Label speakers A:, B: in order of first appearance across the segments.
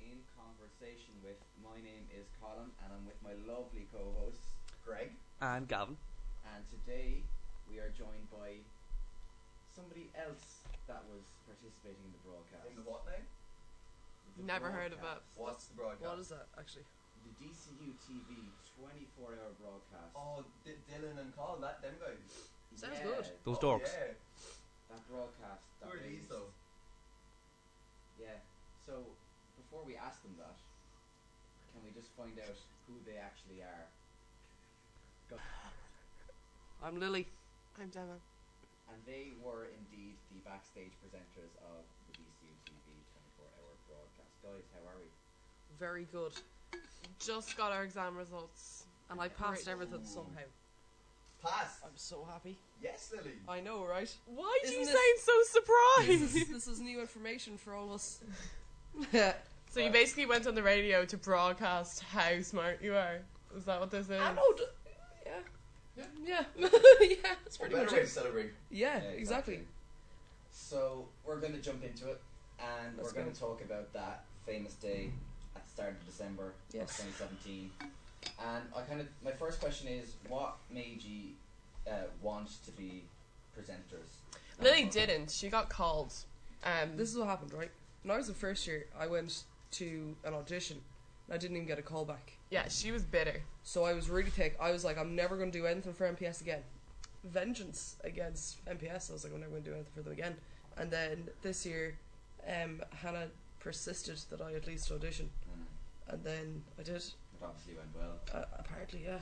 A: in conversation with. My name is Colin, and I'm with my lovely co-hosts Greg.
B: And Gavin.
A: And today we are joined by somebody else that was participating in the broadcast.
C: In the what name?
A: The
D: Never heard of
A: broadcast.
C: What's the broadcast?
D: What is that actually?
A: The DCU TV 24-hour broadcast.
C: Oh, D- Dylan and Carl, that them guys.
D: sounds good.
B: Those
C: oh,
B: dorks.
C: Yeah.
A: That broadcast. That
C: Who are
A: they
C: these
A: used-
C: though?
A: Yeah. So before we ask them that, can we just find out who they actually are?
D: I'm Lily. I'm Gemma.
A: And they were indeed the backstage presenters of the DCU TV 24-hour broadcast. Guys, how are we?
D: Very good. Just got our exam results, and I passed everything somehow.
C: Pass.
D: I'm so happy.
C: Yes, Lily.
E: Oh,
D: I know, right? Why
E: do you
D: sound so surprised? This is, this is new information for all of us.
E: So you basically went on the radio to broadcast how smart you are. Is that what this is?
D: I know. d- Yeah.
C: Yeah.
D: Yeah. yeah. That's
C: What
D: pretty
C: better
D: much
C: way to
D: it.
C: celebrate?
D: Yeah.
A: Yeah,
D: Eh, Exactly.
A: So we're going to jump into it, and
D: Let's
A: we're going
D: go.
A: to talk about that famous day at the start of December
D: Yes.
A: of 2017. And I kind of my first question is, what made you uh, want to be presenters?
E: Lily didn't. She got called. Um,
D: This is what happened, right? When I was in first year, I went to an audition. and I didn't even get a call back.
E: yeah, she was bitter.
D: So I was really thick. I was like, I'm never going to do anything for MPS again. Vengeance against MPS. I was like, I'm never going to do anything for them again. And then this year, um, Hannah persisted that I at least audition.
A: Mm,
D: And then I did.
A: it obviously went well.
D: Uh, apparently, yeah.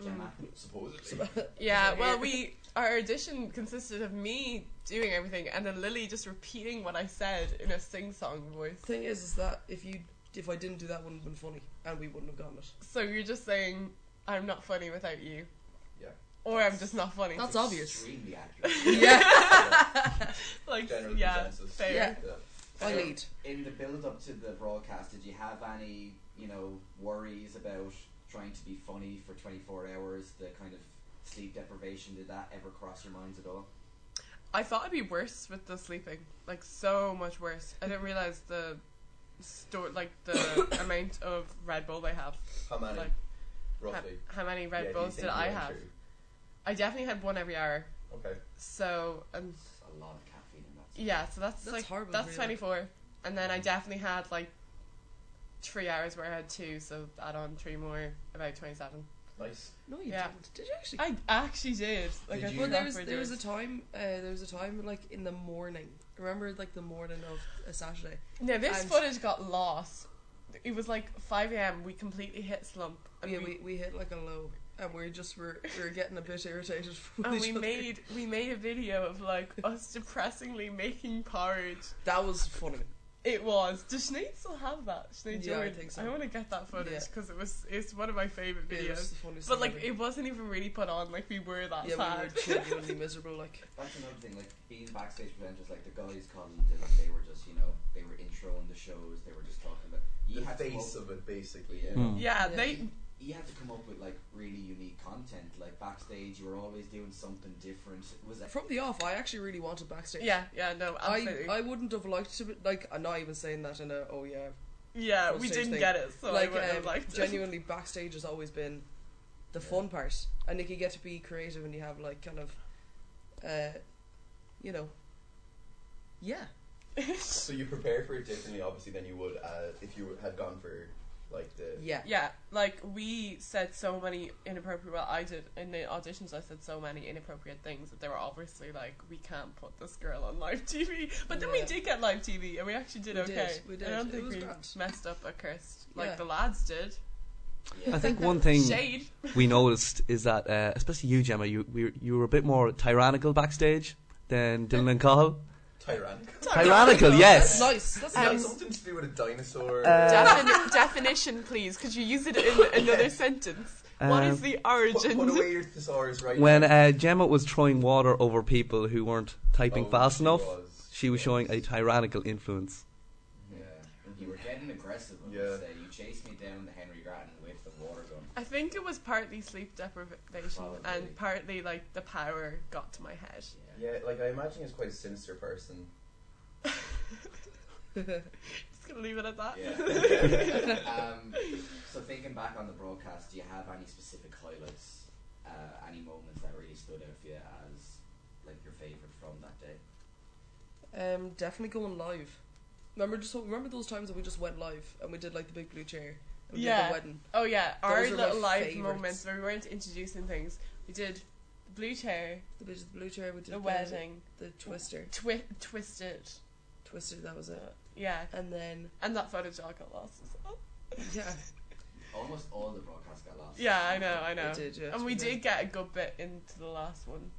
D: Mm.
A: Gemma,
C: Supposedly.
E: Yeah.
D: Right.
E: Well, we our audition consisted of me doing everything and then Lily just repeating what I said in a sing-song voice.
D: Thing is, is that if you if I didn't do that, it wouldn't have been funny, and we wouldn't have gotten it.
E: So you're just saying I'm not funny without you.
C: Yeah.
E: Or I'm just not funny.
D: That's obvious.
A: extremely accurate.
D: yeah.
E: like
C: General
E: yeah,
C: consensus.
E: fair.
D: Yeah.
C: Yeah.
D: I lead.
A: In the build up to the broadcast, did you have any, you know, worries about trying to be funny for 24 hours? The kind of sleep deprivation, did that ever cross your minds at all?
E: I thought it'd be worse with the sleeping, like so much worse. I didn't realize the store, like the amount of Red Bull they have.
C: How many?
E: Like ho-
C: roughly.
E: how, many Red
C: Yeah, do you
E: Bulls
C: think
E: did
C: you
E: I
C: went
E: have?
C: through?
E: I definitely had one every hour.
C: Okay.
E: So and
A: It's a lot of caffeine in that.
E: yeah, so that's,
D: That's
E: like
D: horrible,
E: that's
D: really.
E: twenty four, and then I definitely had like three hours where I had two, so add on three more, about twenty seven.
C: Nice.
D: No, you
E: Yeah.
D: didn't. Did you actually?
E: I actually did. Like
C: Did
E: I
C: you-
D: Well, there was
E: proper
D: there was a
E: did.
D: time uh, there was a time like in the morning. Remember, like the morning of a Saturday.
E: No, this
D: and-
E: footage got lost. It was like five a.m. We completely hit slump. and
D: yeah, we, we hit like a low, and we just were we were getting a bit irritated. From
E: and
D: each
E: we
D: other.
E: made we made a video of like us depressingly making porridge.
D: that was funny.
E: It was. Does Sinead still have that? Sinead
D: Yeah, I
E: Jordan?
D: think so.
E: want to get that footage
D: Yeah.
E: because it was it's one of my favorite
D: Yeah, that's
E: videos.
D: the funniest
E: but
D: thing
E: like
D: ever.
E: it wasn't even really put on. Like we were that
D: yeah, we were
E: sad.
D: genuinely miserable. Like
A: That's another thing, like being backstage presenters, like the guys Colin and Dylan, they were just, you know, they were introing the shows, they were just talking about. You
C: The
A: had to
C: face
A: come up,
C: of it, basically.
A: Yeah.
B: Mm.
E: yeah,
D: Yeah.
E: they.
A: you had to come up with like really unique content. Like backstage, you were always doing something different. It was
D: from the off, I actually really wanted backstage.
E: Yeah, yeah, no,
D: I,
E: absolutely.
D: I wouldn't have liked to be, like I'm not even saying that in a oh yeah
E: yeah, we
D: Stage
E: didn't
D: thing.
E: get it, so I
D: like
E: wouldn't
D: um,
E: have liked it.
D: genuinely backstage has always been the fun part and like you get to be creative and you have like kind of uh you know yeah
C: So you prepare for it differently, obviously, than you would uh, if you had gone for like the.
D: yeah
E: Yeah, like we said so many inappropriate. Well, I did in the auditions. I said so many inappropriate things that they were obviously like, we can't put this girl on live TV. But then we
D: Yeah.
E: did get live TV, and we actually did
D: We did,
E: okay.
D: we did.
E: I don't
D: It
E: think
D: was
E: we
D: grand.
E: messed up or cursed like
D: Yeah.
E: the lads did.
B: I
A: yeah.
B: think one thing
E: Shade.
B: we noticed is that, uh, especially you, Gemma, you we, you were a bit more tyrannical backstage than Dylan and Cahill.
C: Tyrannical.
B: Tyrannical, yes.
D: that's nice that's
C: Is that
D: nice
E: Um,
C: something to do with a dinosaur?
B: Uh,
E: Defin- definition, please. Could you use it in another sentence? what
B: Um,
E: is the
C: put,
E: origin?
C: put away your thesaurus right
B: When
C: now.
B: uh, Gemma was throwing water over people who weren't typing
C: Oh,
B: fast
C: she
B: enough,
C: was.
B: she was
C: Yes.
B: showing a tyrannical influence.
A: Yeah, you were getting aggressive. I
C: Yeah.
A: must say. you chased me down the Henry Grattan with the water gun.
E: I think it was partly sleep deprivation
A: Probably.
E: and partly like the power got to my head.
A: Yeah.
C: Yeah, like I imagine he's quite a sinister person.
E: Just gonna leave it at that.
A: Yeah. um, so thinking back on the broadcast, do you have any specific highlights? Uh, any moments that really stood out for you as like your favorite from that day?
D: Um, definitely going live. Remember just remember those times that we just went live and we did like the big blue chair. And we
E: Yeah.
D: Did the wedding.
E: Oh yeah,
D: Those
E: our
D: are my
E: little live
D: favourites.
E: moments where we weren't introducing things. We did the blue chair,
D: The bit of the blue chair. We did
E: the wedding,
D: The twister.
E: twi- twisted.
D: Twister. That was it.
E: Yeah,
D: And then
E: and that photo job got lost. as well.
D: yeah,
A: Almost all the broadcasts got lost.
E: Yeah, I know, I know.
D: we did. Yeah,
E: and we
D: to be
E: did get a good bit into the last one.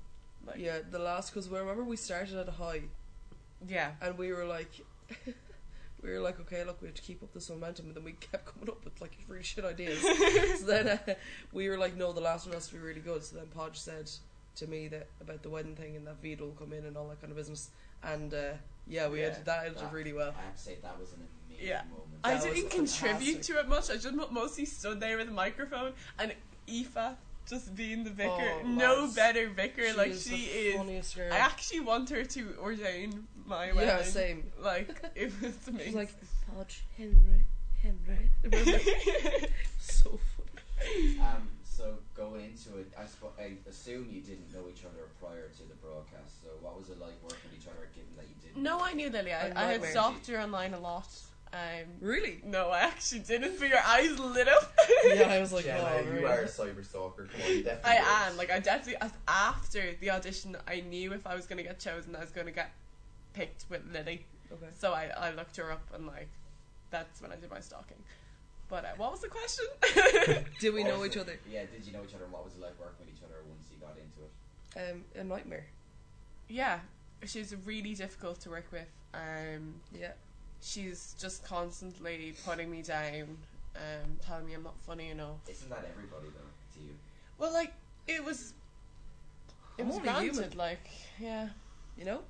D: fair.
E: Like,
D: Yeah, the last because we remember we started at a high
E: yeah.
D: and we were like, we were like, okay, look, we have to keep up this momentum, and then we kept coming up with like really shit ideas. so then uh, we were like, no, the last one has to be really good. So then Podge said to me that about the wedding thing and that Vito will come in and all that kind of business, and uh, yeah, we
A: Yeah,
D: ended that ended
A: that-
D: really well.
A: I have to say that was an amazing
E: Yeah.
A: moment.
E: I
D: That was
E: didn't contribute
D: fantastic.
E: to it much. I just mo- mostly stood there with a microphone and Aoife just being the vicar.
D: Oh,
E: no
D: lads.
E: better vicar. like
D: the
E: she is.
D: funniest girl.
E: I actually want her to ordain my wedding.
D: yeah, same.
E: Like it was amazing.
D: She's like Podge Henry Henry. Remember? so funny.
A: Um, so going into it, I, sp- I assume you didn't know each other prior to the broadcast. So what was it like working with each other, given that you didn't?
E: no, I knew Lily. I,
D: A
E: I had
D: nightmare.
E: stalked her online a lot. Um,
D: Really?
E: no, I actually didn't. But your eyes lit up.
D: Yeah, I was like,
C: Gemma,
D: oh,
C: you
D: right.
C: are a cyber stalker. Come on, you definitely
E: I
C: are.
E: am. Like I definitely as- after the audition, I knew if I was gonna get chosen, I was gonna get picked with Lily.
D: Okay.
E: So I, I looked her up and like, that's when I did my stalking. But uh, what was the question?
D: Did we
A: What
D: know
A: was
D: each
A: it-
D: other?
A: Yeah, did you know each other? and What was it like working with each other once you got into it?
D: Um, a nightmare.
E: yeah, she's really difficult to work with. Um,
D: Yeah.
E: she's just constantly putting me down, um, telling me I'm not funny enough.
A: Isn't that everybody though to you?
E: Well, like it was, it
D: I'm
E: was
D: only
E: granted.
D: human.
E: Like yeah,
D: You know,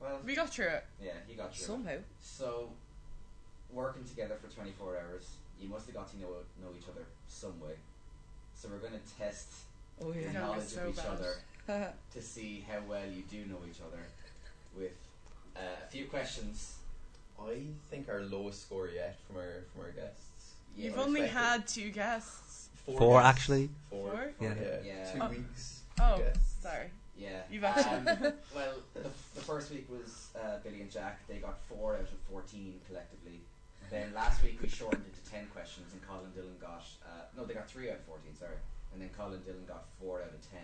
A: Well,
E: we got through it.
A: yeah, he got you.
D: somehow.
A: So, working together for 24 hours, you must have got to know know each other some way. So we're going to test
D: Oh
A: your
E: Yeah.
A: knowledge
E: so
A: of each
E: bad.
A: other
D: yeah.
A: to see how well you do know each other with uh, a few questions.
C: I think our lowest score yet from our from our guests.
A: Yeah,
E: You've
A: well,
E: only
C: expected.
E: had two guests.
B: Four,
C: guests.
B: actually.
C: Four.
E: Four?
C: Yeah.
A: Yeah. Yeah.
C: Two
E: Oh.
C: weeks. two
E: Oh,
C: guests.
E: sorry.
A: Yeah.
E: You've actually-
A: Um, well, the, the first week was uh, Billy and Jack. They got four out of 14 collectively. Then last week we shortened it to 10 questions, and Colin Dillon got uh, no, they got three out of 14. Sorry, and then Colin Dillon got four out of 10.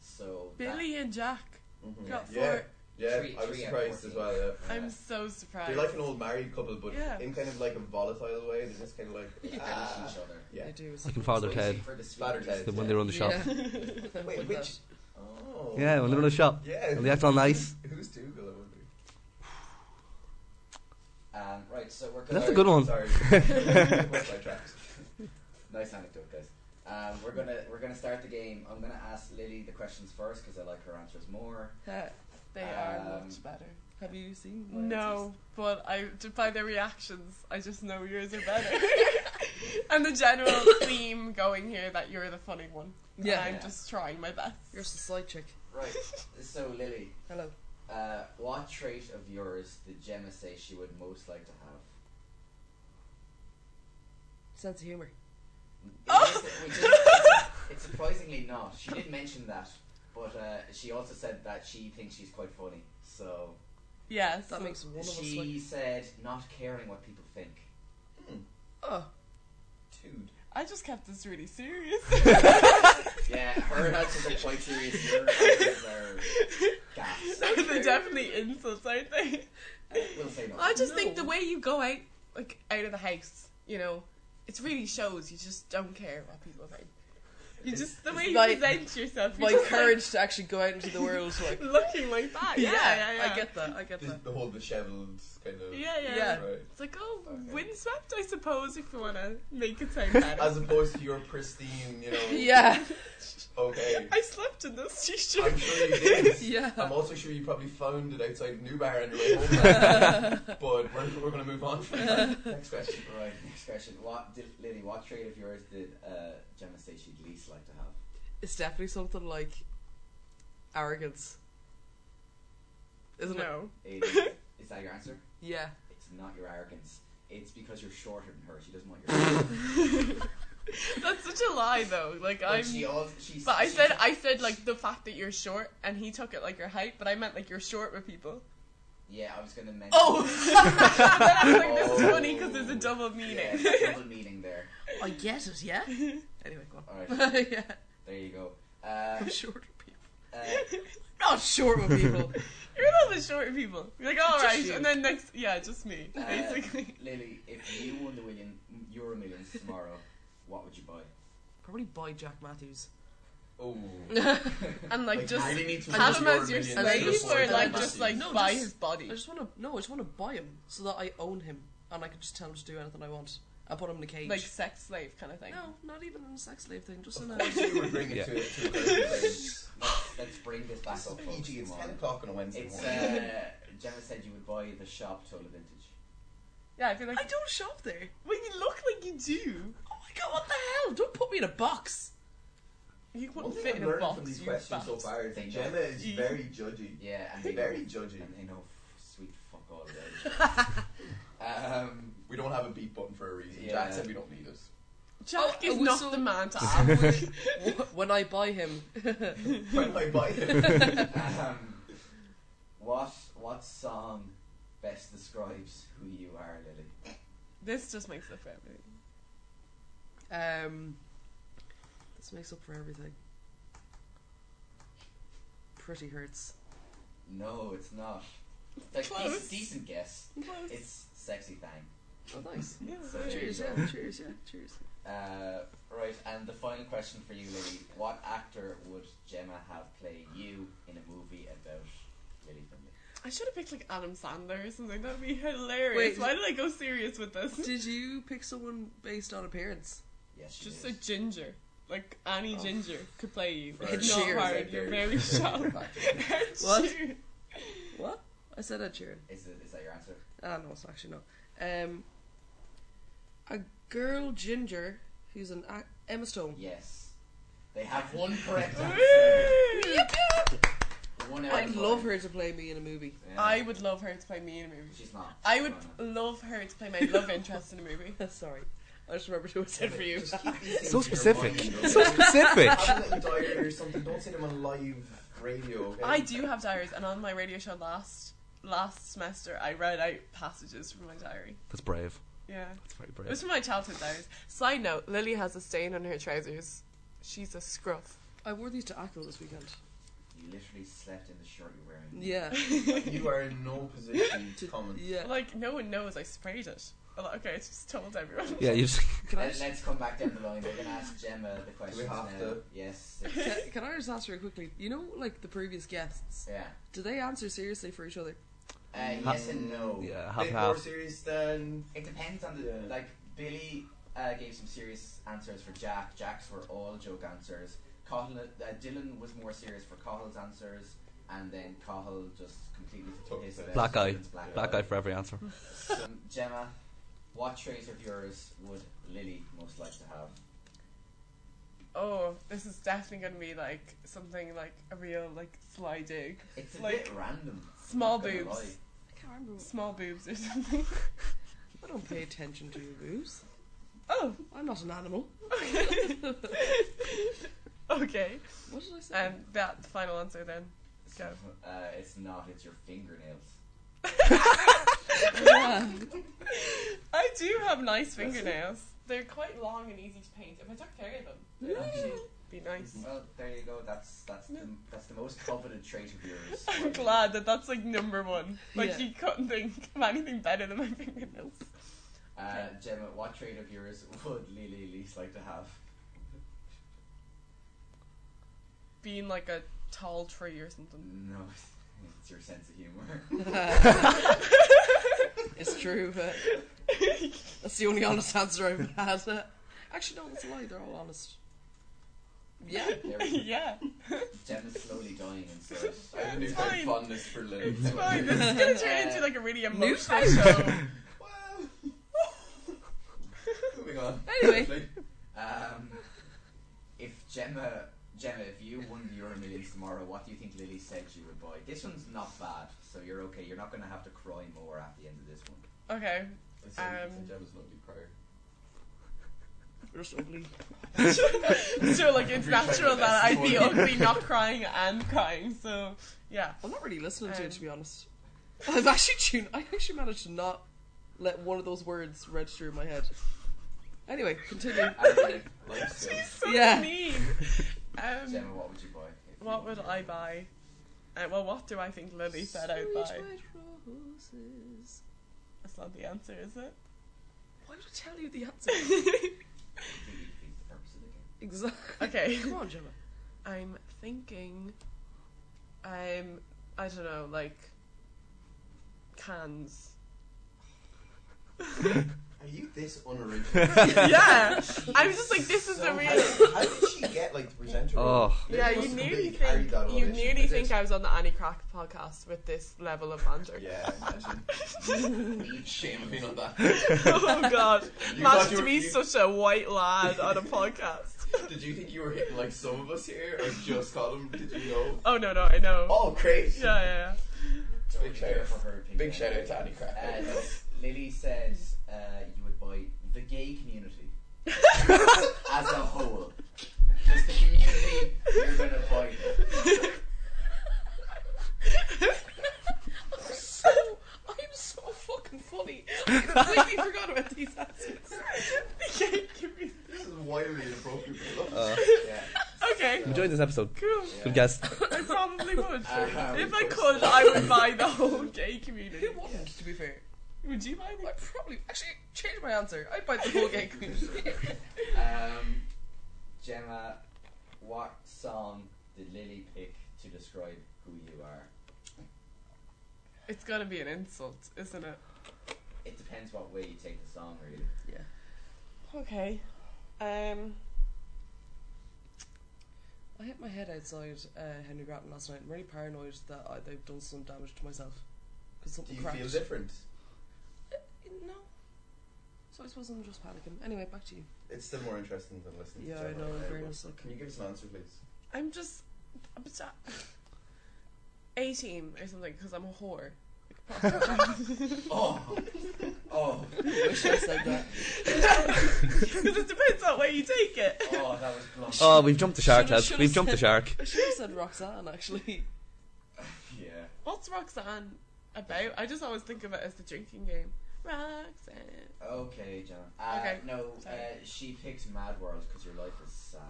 A: So that-
E: Billy and Jack
C: Mhm.
E: got
C: Yeah.
E: four.
C: Yeah,
A: Three-
C: I was
A: three out of
C: surprised as
A: 14.
C: well. Yeah.
A: Yeah.
E: I'm so surprised.
C: They're like an old married couple, but
E: Yeah.
C: in kind of like a volatile way. They're just kind of like
A: They
C: ah.
A: finish each other.
C: yeah.
D: They do. it's-
B: Looking Father
A: So
B: Ted.
A: easy for the sweet
C: Father
A: kids
C: Ted.
B: The
A: to-
B: one they were on the shop.
D: Yeah.
C: Wait,
D: Like
C: which?
D: that.
C: Oh.
B: Yeah, when they're on the shop.
C: Yeah.
B: And they act all nice.
C: Who's Dougal? I wonder.
A: Um, right, so we're
B: That's
A: gonna-
B: a good one.
C: Sorry. Lost my tracks.
A: Nice anecdote, guys. Um, we're gonna we're gonna start the game. I'm gonna ask Lily the questions first because I like her answers more.
D: Ha,
E: They are
A: Um,
E: much better.
D: Have you seen? my
E: No, but I just by their reactions, I just know yours are better. and the general theme going here that you're the funny one.
D: answers? Yeah.
E: and
A: Yeah.
E: I'm just trying my best.
D: You're just a side chick.
A: Right. so Lily,
D: Hello.
A: uh, what trait of yours did Gemma say she would most like to have?
D: Sense of humor.
A: Oh. Which is, it's surprisingly not. She did mention that, but uh, she also said that she thinks she's quite funny. So
E: yes,
D: That makes one of us
A: she
D: like.
A: said not caring what people think.
D: Oh,
C: Dude.
E: I just kept this really serious.
A: Yeah, her answers are quite serious. Your answers are gas.
E: They're definitely insults, aren't they?
A: We'll say no.
E: I just think
D: No.
E: the way you go out, like out of the house, you know, it really shows. You just don't care what people think. You just the way you
D: My-
E: present yourself. you're
D: my
E: just, like,
D: courage to actually go out into the world. Like,
E: looking like that. Yeah, yeah, yeah.
D: I get that. I get
C: This,
D: that.
C: the whole disheveled kind of.
E: Yeah, yeah.
D: Yeah.
C: Right.
E: It's like oh,
A: Okay.
E: windswept, I suppose, if you want to make it sound better.
C: As opposed to your pristine, you know.
D: Yeah.
C: Okay.
E: I slept in this t-shirt.
C: I'm sure you did. I'm
D: Yeah.
C: also sure you probably found it outside Newbar on your way home. that night. but we're, we're going to move on from that. Next question.
A: Right, next question. What did Lily? What trait of yours did uh, Gemma say she'd least like to have?
D: It's definitely something like arrogance. Isn't it?
E: no,
A: Aidan, Is that your answer?
D: Yeah.
A: It's not your arrogance. It's because you're shorter than her. She doesn't want your.
E: That's such a lie, though. Like
A: but
E: I'm.
A: she also, she's,
E: But I
A: she's-
E: said I said like the fact that you're short, and he took it like your height. But I meant like you're short with people.
A: Yeah, I was gonna mention.
E: Oh, I'm like this is
A: Oh.
E: funny because there's a double
A: Yeah,
E: meaning.
A: there's double meaning there.
D: I get it, yeah? Anyway, go
A: All right,
D: on. yeah.
A: there you go. Uh,
D: I'm short with people.
A: uh,
D: Not short with people.
E: You're not the short people. You're like all
D: Just
E: right,
D: you.
E: and then next, yeah, just me,
A: Uh,
E: basically.
A: Lily, if you won the million Euro Millions tomorrow, what would you buy?
D: Probably buy Jack Matthews.
C: Oh.
E: And like, just
C: really need to
E: have
C: watch
E: him
C: your
E: as your
C: millions
D: and I
E: slave,
D: just
E: or
D: want
E: like
D: to
E: just
D: see.
E: like
D: No,
E: buy
D: just-
E: his body.
D: I just want to no, I just want to buy him so that I own him and I can just tell him to do anything I want. I put him in a cage.
E: like sex slave kind of thing.
D: no, not even in a sex slave thing. Just in
C: Of
D: a
C: course you would bring it to, to a Thursday.
A: Let's, let's bring this back up, folks.
C: PG, it's
A: come
C: 10
A: on.
C: o'clock on a Wednesday
A: It's
C: morning.
A: uh, Gemma said you would buy the shop Tola Vintage.
E: Yeah, I feel like
D: I don't shop there.
E: when you look like you do,
D: Oh my god, what the hell? Don't put me in a box.
E: you
C: One
E: wouldn't
C: thing
E: fit
C: I've
E: in a
C: learned
E: box.
C: from these
E: you
C: questions
E: fat.
C: so far is that
A: They
C: Gemma
A: know.
C: is
E: You-
C: very judgy.
A: Yeah, and they
C: Very
A: know,
C: judgy.
A: and they know f- sweet fuck all about it. um,
C: We don't have a beat button for a reason.
A: Yeah.
C: Jack said we don't need it.
E: Jack
D: Oh,
E: is
D: oh,
E: not
D: so-
E: the man to
D: And
E: ask.
D: when, wh- when I buy him,
C: When I buy it.
A: um, what what song best describes who you are, Lily?
E: This just makes up for everything.
D: um, this makes up for everything. Pretty hurts.
A: No, it's not. It's like
E: Close.
A: dec- decent guess. It's sexy thing.
D: Oh, nice.
E: Yeah.
A: So there
D: Cheers,
A: you
D: yeah, cheers, yeah, cheers.
A: go. Uh, right, and the final question for you, Lily: What actor would Gemma have play you in a movie about Lily Finley?
E: I should have picked like Adam Sandler or something. That'd be
D: Wait.
E: hilarious. Why did I go serious with this?
D: Did you pick someone based on appearance?
A: Yes, she
E: Just a
A: did.
E: ginger. Like Annie
A: Oh.
E: Ginger could play you.
C: Right.
E: It's
D: Cheers.
E: not hard. You're very sharp.
D: What?
E: Cheers.
D: What? I said Ed Sheeran.
A: Is, it, is that your answer?
D: Ah, no, it's actually not. Um, a girl ginger who's an ac- Emma Stone.
A: Yes. They have one correct answer.
E: Woo!
A: One out
D: I'd
A: of
D: love
A: five.
D: her to play me in a movie.
A: Yeah.
E: I would love her to play me in a movie.
A: She's not.
E: I would
A: Why
E: love her to play my love interest in a movie.
D: Sorry, I just remembered who I said for you.
C: Just keep these things
B: So
C: in your
B: specific.
C: mind, you know.
B: So specific.
C: Have a little diary or something. Don't say them on live radio. Okay?
E: I do have diaries, and on my radio show last last semester, I read out passages from my diary.
B: That's brave.
E: Yeah.
B: That's very
E: It was
B: brave.
E: from my childhood diaries. Side note: Lily has a stain on her trousers. She's a scruff.
D: I wore these to Ackle this weekend.
A: You literally slept in the shirt you're wearing.
D: Yeah,
C: You are in no position to
D: To-
C: comment.
D: yeah.
E: Like no one knows I sprayed it. Well, okay, I just told everyone.
B: Yeah, you just,
D: Can I
A: Let,
D: just,
A: us come back down the line. We're gonna ask Gemma the questions
C: have
A: now.
C: to?
A: Yes. it's-
D: can, can I just ask you quickly? You know, like the previous guests,
A: yeah.
D: do they answer seriously for each other?
A: Uh, yes and no.
B: yeah, half
C: Bit
B: and
C: more
B: half.
C: serious than
A: It depends on the
C: Yeah.
A: like. Billy uh, gave some serious answers for Jack. Jack's were all joke answers. Cahill, uh, Dylan was more serious for Cahill's answers, and then Cahill just completely took his about
B: Black eye.
A: Dylan's Black,
B: That guy for every answer.
A: So, Gemma, what trait of yours would Lily most like to have?
E: Oh, this is definitely gonna be like something like a real like sly dig.
A: It's a
E: Like,
A: bit random.
E: small
A: not gonna
E: boobs.
A: lie.
D: I can't remember.
E: Small boobs or something.
D: I don't pay attention to your boobs.
E: Oh,
D: I'm not an animal.
E: okay. okay.
D: What did I say?
E: And that the final answer then. Go.
A: Uh, it's not. It's your fingernails.
D: Yeah.
E: I do have nice fingernails. They're quite long and easy to paint. If I took care of them, they'd actually be nice.
A: Well, there you go. That's that's the, that's the most coveted trait of yours.
E: I'm glad that that's like number one. Like
D: Yeah.
E: you couldn't think of anything better than my fingernails.
A: Uh, Gemma, what trait of yours would Lily least like to have?
E: Being like a tall tree or something.
A: No, it's your sense of humor.
D: it's true, but that's the only honest answer I've had. Actually, no, that's a lie. They're all honest. Yeah.
A: There we go.
E: yeah.
A: Gemma's slowly dying inside.
C: I have a
E: It's
C: newfound
E: fine.
C: fondness for Lily.
E: It's fine. This is gonna turn into like a really emotional show.
C: Well, moving on.
E: Um,
D: Anyway.
C: Lily.
A: Um, if Gemma Gemma, if you won the Euro Millions tomorrow, what do you think Lily said she would buy? This one's not bad, so you're okay. You're not going to have to cry more at the end of this one.
E: Okay.
C: It's a- it's a
E: Um,
C: Gemma's lovely prayer.
D: We're just ugly.
E: so like it's
C: Appreciate the
E: natural that
C: best
E: I'd be
C: one.
E: ugly, not crying and crying. So yeah.
D: I'm not really listening to
E: Um,
D: it to be honest. I've actually tuned. I actually managed to not let one of those words register in my head. Anyway, continue.
A: Anyway,
C: Life skills.
E: So
D: Yeah.
E: mean. Um,
A: Gemma, what would you buy? if you
E: what
A: won
E: would
A: the Euro
E: I
A: Millions?
E: buy? Uh, well, what do I think Lily said I'd
D: Sweet
E: buy?
D: white roses.
E: That's not the answer, is it?
D: Why did I tell you the answer?
A: I think it defeats the purpose of the game.
D: exactly.
E: okay.
D: Come on, Gemma.
E: I'm thinking, I'm, I don't know, like cans.
C: Are you this unoriginal?
E: yeah, I'm just like this is
C: So
E: the real.
C: how, how did she get like the presenter? role?
B: Oh.
C: They
E: Yeah,
C: must
E: you
C: have
E: nearly
C: really carried
E: think
C: that
E: you
C: audition.
E: nearly
C: They did.
E: think I was on the Annie Crack podcast with this level of banter.
C: Yeah, imagine. Shame of being on that.
E: oh god,
C: You thought
E: imagine
C: you
E: to
C: were-
E: be
C: you-
E: such a white lad on a podcast.
C: Did you think you were hitting like some of us here, or just Colin? Did you know?
E: Oh no, no, I know.
C: Oh, great!
E: Yeah, yeah,
A: Don't
C: Big shout
A: care
C: out-
A: for her opinion.
C: Big shout out to Annie Crack.
A: Uh, no, Lily says uh, you would buy the gay community as a whole. Just the community you're going to buy.
D: I'm so I'm so fucking funny. I completely forgot about these answers.
E: yeah. The gay community.
C: This is wildly inappropriate. but I love
B: Uh,
A: Yeah.
E: okay,
B: Enjoying this episode.
E: cool.
B: Good guess.
E: I probably would.
A: Uh,
E: If I could, I would buy the whole gay community.
D: Who wouldn't, to be fair?
E: Would you buy
D: I probably actually change my answer. I'd buy the whole gay community.
A: Um, Gemma, what song did Lily pick to describe who you are?
E: It's gonna be an insult, isn't it?
A: It depends what way you take the song, really.
E: Okay. Um.
D: I hit my head outside uh, Henry Grattan last night. I'm really paranoid that I, they've done some damage to myself because
C: Do
D: something
C: you
D: cracked.
C: feel different?
D: No. So I suppose I'm just panicking. Anyway, back to you.
C: It's still more interesting than listening
D: Yeah,
C: to
D: I
C: Gemma
D: know.
C: right
D: In
C: now,
D: fairness,
C: but
D: like,
C: Can you give us an answer, please?
E: I'm just. I'm just Eighteen or something, because I'm a whore.
A: Oh! Oh!
D: I wish I said that.
E: Because it depends on where you take it.
A: Oh, that was blunt.
B: Oh, we've jumped the shark,
D: Should've-
B: lads.
D: should've
B: We've jumped the
D: said-
B: shark.
D: I should have said Roxanne actually.
A: Yeah.
E: What's Roxanne about? I just always think of it as the drinking game. Roxanne.
A: Okay, John. Uh,
E: Okay.
A: No, uh,
E: Sorry.
A: she picked Mad World because your life is sad.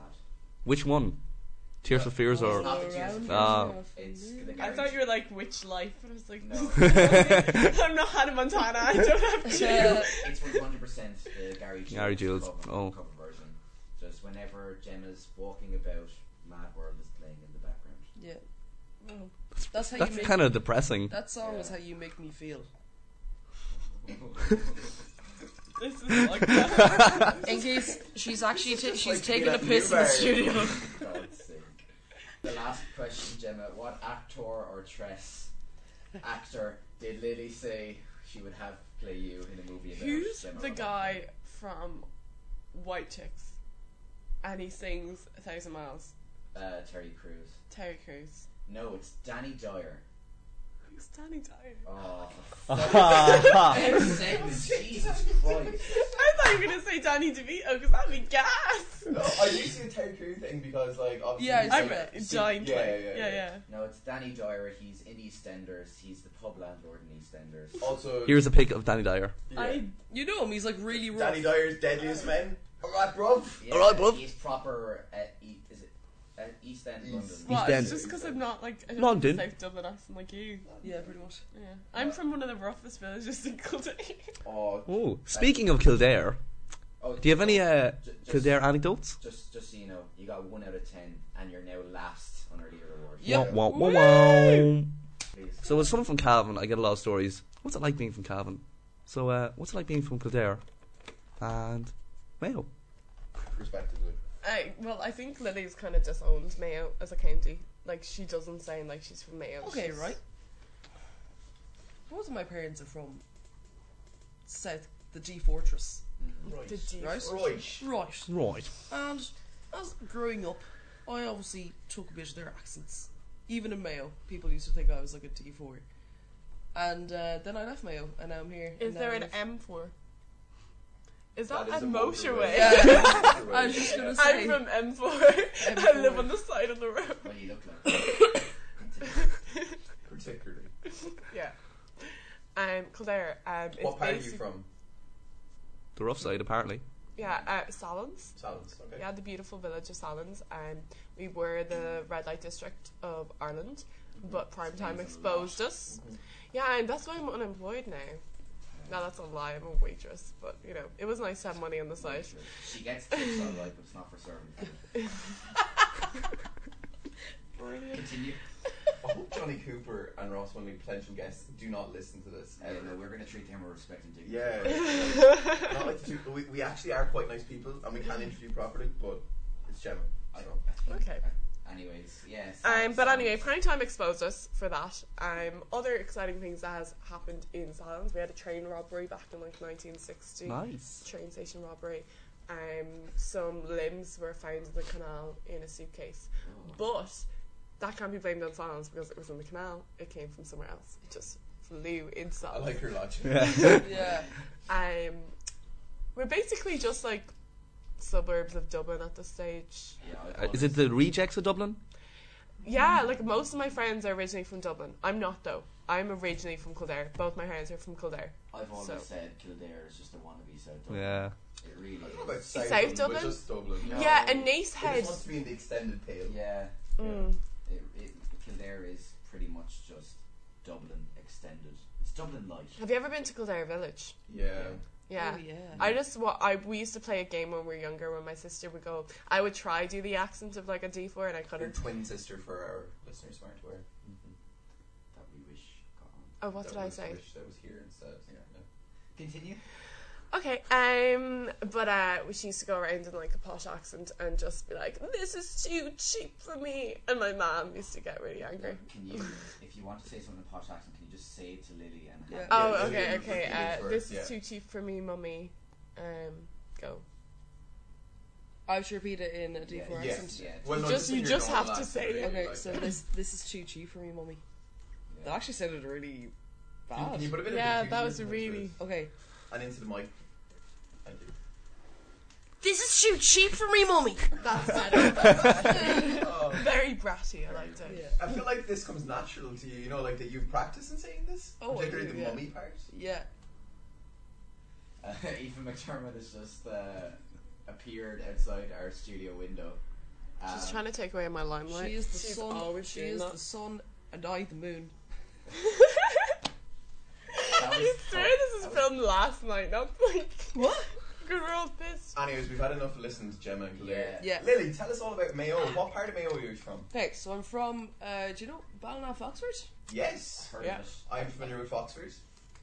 B: Which one? Tears for Fears or.
A: not the tears.
B: Ah.
A: It's the
E: I thought you were like witch life, and I was like,
A: No.
E: I'm not Hannah Montana. I don't have to.
D: Yeah.
A: It's 100 percent the Gary Jules,
B: Gary Jules,
A: cover,
B: oh.
A: cover version. Just whenever Gemma's walking about, Mad World is playing in the background.
D: Yeah.
E: Oh.
D: That's how you
B: That's
D: make
B: kind of depressing.
D: that song is
A: Yeah.
D: how you make me feel.
E: This is like that.
D: In case she's actually
C: This is just
D: she's
C: like
D: taking
C: being
D: a
C: at
D: piss in the
C: Newbury.
D: studio.
A: For God's sake. The last question, Gemma. What actor or tress actor did Lily say she would have play you in a movie about?
E: Who's
A: Gemma
E: the
A: Roberts?
E: guy from White Chicks? And he sings A Thousand Miles.
A: Uh, Terry Crews.
E: Terry Crews.
A: No, it's Danny Dyer.
E: Who's Danny Dyer?
A: Oh, for
B: Ah,
A: fuck's sake, Jesus Christ.
E: I thought you were going to say Danny DeVito because that'd be gas.
C: No, Oh, I do see the Terry Crew thing because, like, obviously,
D: Yeah,
C: he's,
D: I
E: I'm
C: like,
E: a
C: super-
E: giant.
C: yeah,
E: like-
C: yeah, yeah,
E: yeah,
C: yeah.
A: No, it's Danny Dyer. He's in EastEnders. He's the pub landlord in EastEnders.
C: also
B: Here's a pic of Danny Dyer.
C: yeah.
E: I
D: You know him, he's like really rough.
C: Danny Dyer's deadliest men. Alright, bro.
A: Yeah,
B: Alright, bub.
A: He's proper at e- is it at East End
C: East.
A: London.
E: well,
B: dead.
E: it's just because I'm not like I don't
B: London.
E: have a South Dublin accent like you.
D: Yeah, pretty much.
E: Yeah, I'm from one of the roughest villages in Kildare.
C: Oh,
B: Oh, speaking of Kildare,
A: Oh,
B: do you have any uh,
A: ju- just,
B: Kildare anecdotes?
A: Just, just so you know, you got one out of ten, and you're now last on our leader award.
D: Yeah.
B: Wah, wah, wah,
E: Woo!
B: wah.
A: Please.
B: So as someone from Calvin, I get a lot of stories. What's it like being from Calvin? So uh, what's it like being from Kildare? And Mayo.
C: respectively.
E: I, well, I think Lily's kind of disowned Mayo as a county. Like she doesn't sound like she's from Mayo.
D: Okay,
E: She's-
D: right. Both of my parents are from South the D Fortress.
A: Mhm.
C: Right.
E: The D-
D: Right?
C: Right.
D: Right.
B: Right.
D: And as growing up, I obviously took a bit of their accents. Even in Mayo, people used to think I was like a T4. And uh, then I left Mayo, and now I'm here.
E: Is
D: and now
E: there
D: I
E: an
D: live-
E: M4? Is that,
C: That is
E: a
C: a motorway.
E: motorway?
D: Yeah.
C: I
D: I was just gonna
E: I'm
D: say.
E: from M4. I live
D: M4.
E: on the side of the road.
A: What do you look like?
C: Particularly.
E: Yeah. Um, Claire, um, it's
C: What part are you
E: basic-
C: from?
B: The rough side, apparently.
E: Yeah, uh, Salons.
C: Silence. Okay.
E: Yeah, the beautiful village of Salons. Um, we were the red light district of Ireland, but prime time
A: Explains a lot.
E: exposed us.
C: Mhm.
E: Yeah, and that's why I'm unemployed now. No, that's a lie. I'm a waitress, but you know, it was nice to have money on the side.
A: She gets tips all right, but it's not for serving. Continue.
C: I hope Johnny Cooper and Ross Willing potential guests do not listen to this.
A: Yeah,
C: ever.
A: no, we're going to treat him with respect and dignity.
C: Yeah. not like the two, we, we actually are quite nice people and we can interview properly, but it's Gemma.
A: I
C: So.
A: don't. I think-
E: Okay.
A: uh, Anyways, yes.
E: Um, but anyway, prime time exposed us for that. Um, other exciting things that has happened in Salons. We had a train robbery back in like 1960.
B: Nice.
E: train station robbery. Um, some limbs were found in the canal in a
A: oh,
E: suitcase, but that can't be blamed on silence because it was in the canal. It came from somewhere else. It just flew in
C: I
E: silence.
C: like your logic.
D: Yeah.
E: um, we're basically just like suburbs of Dublin at this stage.
A: Yeah, I-
B: Uh, is it the rejects of Dublin?
E: Yeah, like most of my friends are originally from Dublin. I'm not though. I'm originally from Kildare. Both my parents are from Kildare.
A: I've always
E: so-
A: said Kildare is just a wannabe South Dublin.
B: Yeah.
A: It really
C: I
A: is.
C: don't know about
E: South
C: Dublin,
E: Dublin?
C: But just Dublin.
A: No.
E: Yeah, and Nace
C: It
E: Head.
C: just wants to be in the extended pale.
A: Yeah,
E: Mm.
A: it, it, Kildare is pretty much just Dublin extended. It's Dublin light.
E: Have you ever been to Kildare Village?
C: Yeah.
E: Yeah.
D: Oh, yeah.
E: I just wa- I we used to play a game when we were younger when my sister would go I would try do the accent of like a D four and I
C: Your
E: couldn't.
C: twin sister for our listeners weren't aware.
A: That we wish got on.
E: Oh what
C: That
E: did I
C: was-
E: say?
C: wish That was here instead.
A: Yeah. Continue.
E: Okay, um but uh she used to go around in like a posh accent and just be like, This is too cheap for me and my mom used to get really angry.
A: Can you, if you want to say something in posh accent, can you just say it to Lily and
D: Yeah.
A: have
E: Oh
C: yeah,
E: okay,
C: you-
E: okay.
C: you do
E: Uh,
C: it
E: this
C: first, yeah.
E: is too cheap for me, mummy. Um go.
D: I should repeat it in a D4
A: Yeah,
C: yes,
D: accent.
A: yeah.
C: Well, no,
E: Just-
C: in
E: you
C: your
E: just
C: normal
E: have to
C: accent,
E: say it.
C: really,
D: Okay,
C: like
D: so
C: that.
D: this this is too cheap for me, mommy. That actually sounded really
C: Can, can you
D: bad.
C: put a bit
E: Yeah,
C: of
E: that
C: confusion
E: was
C: into
E: really-
C: it?
D: Okay.
C: And into the mic. Thank you.
D: This is too cheap for me, mommy.
E: That's better. Very bratty, I liked it.
D: Yeah.
C: Oh, I feel like this comes natural to you, you know, like that you've practiced in saying this,
D: Oh, I
C: particularly
D: do,
C: the
D: yeah.
C: mummy part.
D: Yeah.
E: Oh.
A: Uh, Ethan McDermott has just uh, appeared outside our studio window. Um,
E: She's trying to take away my limelight.
D: She is the
E: She's
D: sun.
E: always
D: She
E: doing
D: is
E: that.
D: the sun, and I the moon.
A: That was
E: I swear
A: fun.
E: this is
A: That was-
E: filmed last night, not like
D: What?
E: good old pissed.
C: Anyways, we've had enough to listen to Gemma and Claire.
D: Yeah. Ah.
C: Lily, tell us all about Mayo. What part of Mayo are you from?
D: Okay, so I'm from. Uh, do you know Ballinaff, Oxford?
C: Yes.
A: Heard
E: Yeah.
A: of it.
C: I'm familiar with Oxford.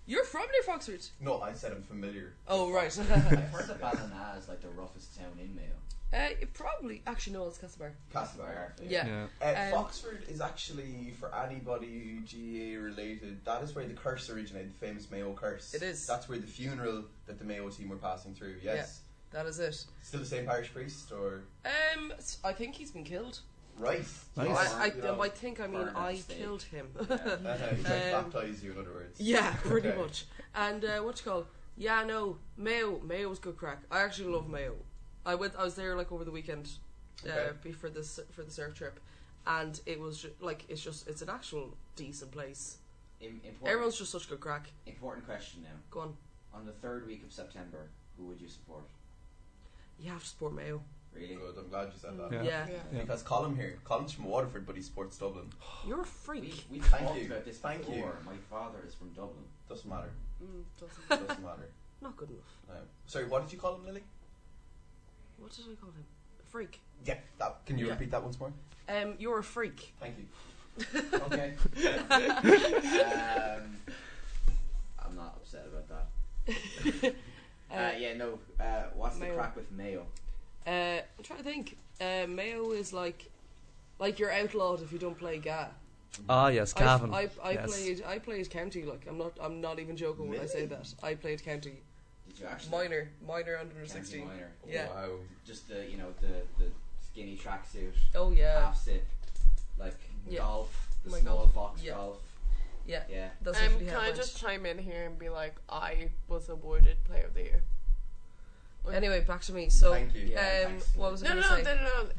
D: You're from near Oxford.
C: No, I said I'm familiar.
D: Oh right.
A: I've heard that Ballina is like the roughest town in Mayo.
D: uh, you probably actually no, it's Castlebar.
C: Castlebar.
D: Yeah.
B: Yeah.
C: Uh,
D: Um,
C: Foxford is actually, for anybody GA related, that is where the curse originated, the famous Mayo curse.
D: It is.
C: That's where the funeral that the Mayo team were passing through, yes.
D: That is it.
C: Still the same parish priest, or.
D: Um, s- I think he's been killed.
C: Right.
B: Nice.
D: I, I,
C: You know,
D: I think I mean
A: Burn at
D: I
A: stake.
D: killed him.
C: uh, he tried to
D: um,
C: baptise you, in other words.
D: yeah, pretty
C: Okay.
D: much. And uh, what you call? Yeah, no, Mayo. Mayo's good crack. I actually love Mayo. I went. I was there like over the weekend, uh,
C: Okay.
D: before this for the surf trip, and it was ju- like it's just it's an actual decent place.
A: Im- important,
D: Everyone's just such good crack.
A: important question now.
D: Go on.
A: On the third week of September, who would you support?
D: You have to support Mayo.
A: Really?
C: Good, I'm glad you said that.
B: Yeah.
D: Yeah.
B: Yeah.
C: Because Colin here, Colin's from Waterford, but he supports Dublin.
D: You're a
A: We,
D: freak.
A: we
C: Thank
A: talked
C: you.
A: about this
C: Thank you.
A: before. My father is from Dublin.
C: Doesn't matter.
E: Mm, doesn't-
C: Doesn't matter.
D: Not good enough.
C: No. Sorry, what did you call him, Lily?
D: What did I call him? A freak.
C: Yeah, that. Can you
D: Yeah.
C: repeat that once more?
D: Um, you're a freak.
C: Thank you.
A: Okay. um, I'm not upset about that. Uh, yeah, no. Uh, what's the
D: Mayo.
A: crack with Mayo?
D: Uh, I'm trying to think. Uh, Mayo is like, like you're outlawed if you don't play Ga.
B: Ah, yes,
D: I-
B: Cavan.
D: I, I
B: yes.
D: played I played county. Like I'm not I'm not even joking when I say
C: Really?
D: that. I played county
A: Did you actually
D: minor minor under
A: County
D: sixteen.
A: minor?
D: Yeah.
C: Wow.
A: Just the you know the the skinny tracksuit,
D: Oh yeah,
A: half zip, like
D: Yeah.
A: golf, the
D: My
A: small
D: golf.
A: box
D: Yeah.
A: golf.
D: yeah.
A: Yeah.
D: That's
E: Um,
D: usually
E: can
D: how it
E: I
D: went.
E: just chime in here and be like, I was awarded Player of the Year.
D: Anyway, back to me. So,
C: Thank you.
A: Yeah,
D: um,
A: thanks.
D: what was I
E: No, no,
D: going
E: no,
D: to
E: no,
D: say?
E: no, no.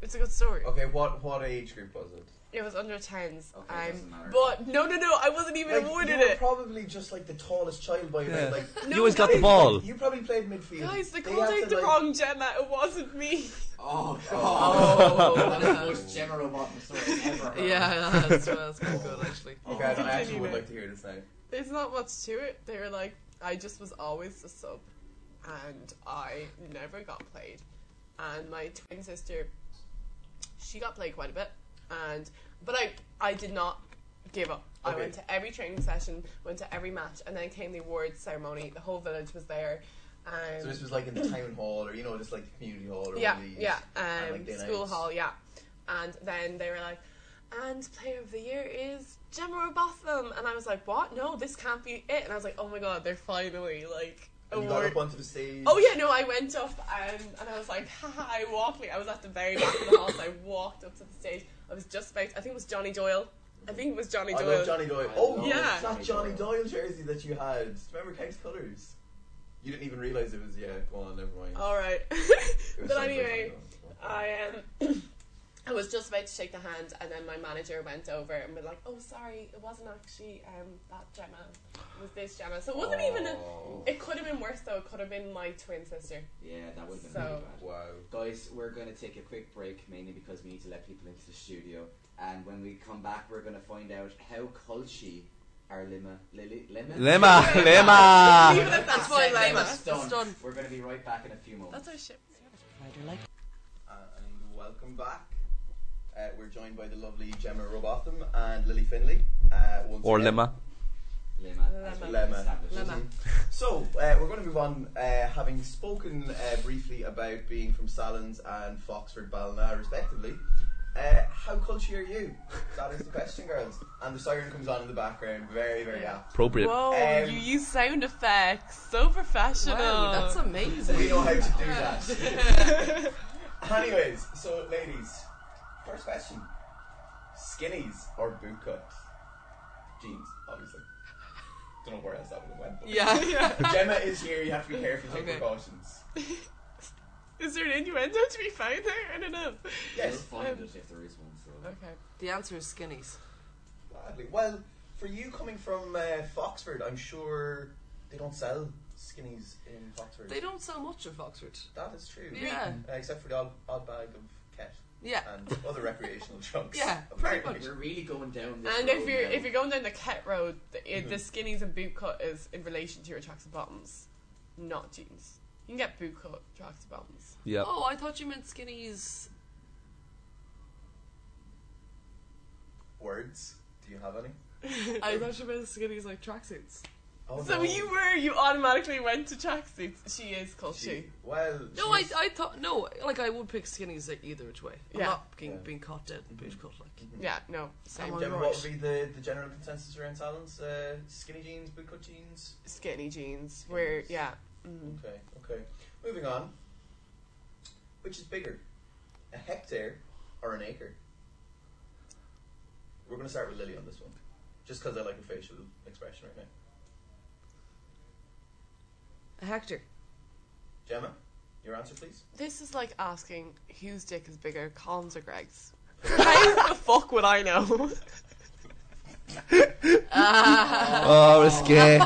E: It's a good story.
C: Okay, what what age group was it?
E: It was under tens.
A: Okay, doesn't
E: I'm,
A: matter.
E: but no, no, no. I wasn't even
C: Like,
E: awarded
C: you were
E: it.
C: probably just like the tallest child by
B: Yeah.
C: about like
E: No,
B: you always got the
E: guys,
B: ball.
C: You probably played midfield.
E: Guys, they
C: They
E: called
C: have
E: out
C: to,
E: the
C: like-
E: wrong Gemma. It wasn't me.
A: Oh
D: Oh.
A: that is the most general bottom story I've ever. heard.
D: yeah, that's, that's quite good actually.
C: Okay, I
E: Continue
C: actually would
E: it.
C: like to hear this now.
E: There's not much to it. They were like, I just was always the sub, and I never got played. And my twin sister, she got played quite a bit, and but I I did not give up. I
C: Okay.
E: went to every training session, went to every match, and then came the awards ceremony. The whole village was there. Um,
C: So this was like in the town hall, or you know, just like the community hall, or
E: yeah,
C: one of these.
E: yeah,
C: and,
E: um,
C: like, dinner
E: school
C: outs.
E: hall, yeah. And then they were like, and player of the year is Gemma Robotham. And I was like, what? No, this can't be it. And I was like, oh my god, they're finally like
C: And you got
E: award.
C: up onto the stage.
E: Oh yeah, no, I went up and, and I was like, haha, I walked, like, I was at the very back of the hall, so I walked up to the stage. I was just about, I think it was Johnny Doyle. I think it was Johnny
C: I
E: Doyle.
C: love Johnny Doyle.
A: I
C: Oh,
A: love
E: Yeah.
C: that
A: Johnny
C: Johnny
A: Doyle.
C: Doyle jersey that you had. Remember King's Colours? You didn't even realise it was, yeah, go on, never mind.
E: All right.
C: It was signed
E: but
C: by
E: anyway,
C: Johnny Doyle.
E: I um, I was just about to shake the hand, and then my manager went over and was like, "Oh, sorry, it wasn't actually um that Gemma. It was this Gemma. So it wasn't even. A,
C: Oh,
E: it could have been worse though. It could have been my twin sister.
A: Yeah, that would have been
E: So-
A: really bad.
C: Wow.
A: Guys, we're going to take a quick break mainly because we need to let people into the studio. And when we come back, we're going to find out how culchy our lima, lily, lima?
B: Lima,
E: Leave
B: Lima.
E: it at that.
D: That's why
E: Lima.
D: Lima.
A: It's done.
D: It's done.
A: We're going to be right back in a few moments.
E: That's our ship.
C: Uh, and welcome back. Uh, we're joined by the lovely Gemma Robotham and Lily Finley. Uh, once
B: Or
C: again.
B: Lima.
A: Lima. as we've
C: Lima.
A: established.
D: Lima.
C: Mm-hmm. So, uh, we're going to move on, uh, having spoken uh, briefly about being from Salins and Foxford Ballina, respectively. Uh, how cultured are you? That is the question, girls. And the siren comes on in the background, very, very apt.
B: Appropriate.
E: Whoa!
C: Um,
E: Oh, you use sound effects. So professional.
D: Wow, that's amazing.
C: We know how to do that. Anyways, so, ladies, first question skinnies or boot cut? Jeans, obviously. Don't know where else that would have went. But.
D: Yeah,
C: Gemma is here, you have to be careful, take
D: Okay.
C: precautions.
E: Is there an innuendo to be found there? I don't know.
A: We'll
C: Yes,
A: find it if there is one. So.
E: Okay.
D: The answer is skinnies.
C: Gladly. Well, for you coming from uh, Foxford, I'm sure they don't sell skinnies in Foxford.
D: They don't sell much in Foxford.
C: That is true.
D: Yeah.
C: Uh, except for the odd, odd bag of ket
D: Yeah,
C: and other recreational drugs.
D: Yeah, pretty much.
A: We're really going down this
E: And if
A: road
E: you're
A: now.
E: if you're going down the cat road, the, i- the
C: Mhm.
E: skinnies and boot cut is in relation to your tracks and bottoms, not jeans. You can get boot cut tracks and bottoms.
B: Yeah.
D: Oh, I thought you meant skinnies.
C: Words? Do you have any?
D: I thought you meant skinnies like tracksuits.
C: Oh,
E: so
C: no.
E: you were you automatically went to tracksuits. She is culture.
C: She, well,
D: No, I,
C: she's-
D: I thought no. Like I would pick skinnies like either which way. I'm
E: Yeah.
D: not being,
C: Yeah.
D: being caught dead in boot cut like.
E: Yeah, no,
D: Am
E: same.
C: Gemma,
D: I right?
C: Mm-hmm. what would be the, the general consensus around silence? Uh, skinny jeans, bootcut jeans?
E: Skinny jeans. Where
C: Jeans.
E: yeah, mm.
C: Okay, okay. Moving on. Which is bigger, a hectare or an acre? We're going to start with Lily on this one, just because I like her facial expression right now.
D: Hector.
C: Gemma, your answer, please.
E: this is like asking whose dick is bigger, Colin's or Greg's. How the fuck would I know?
B: Oh, risque.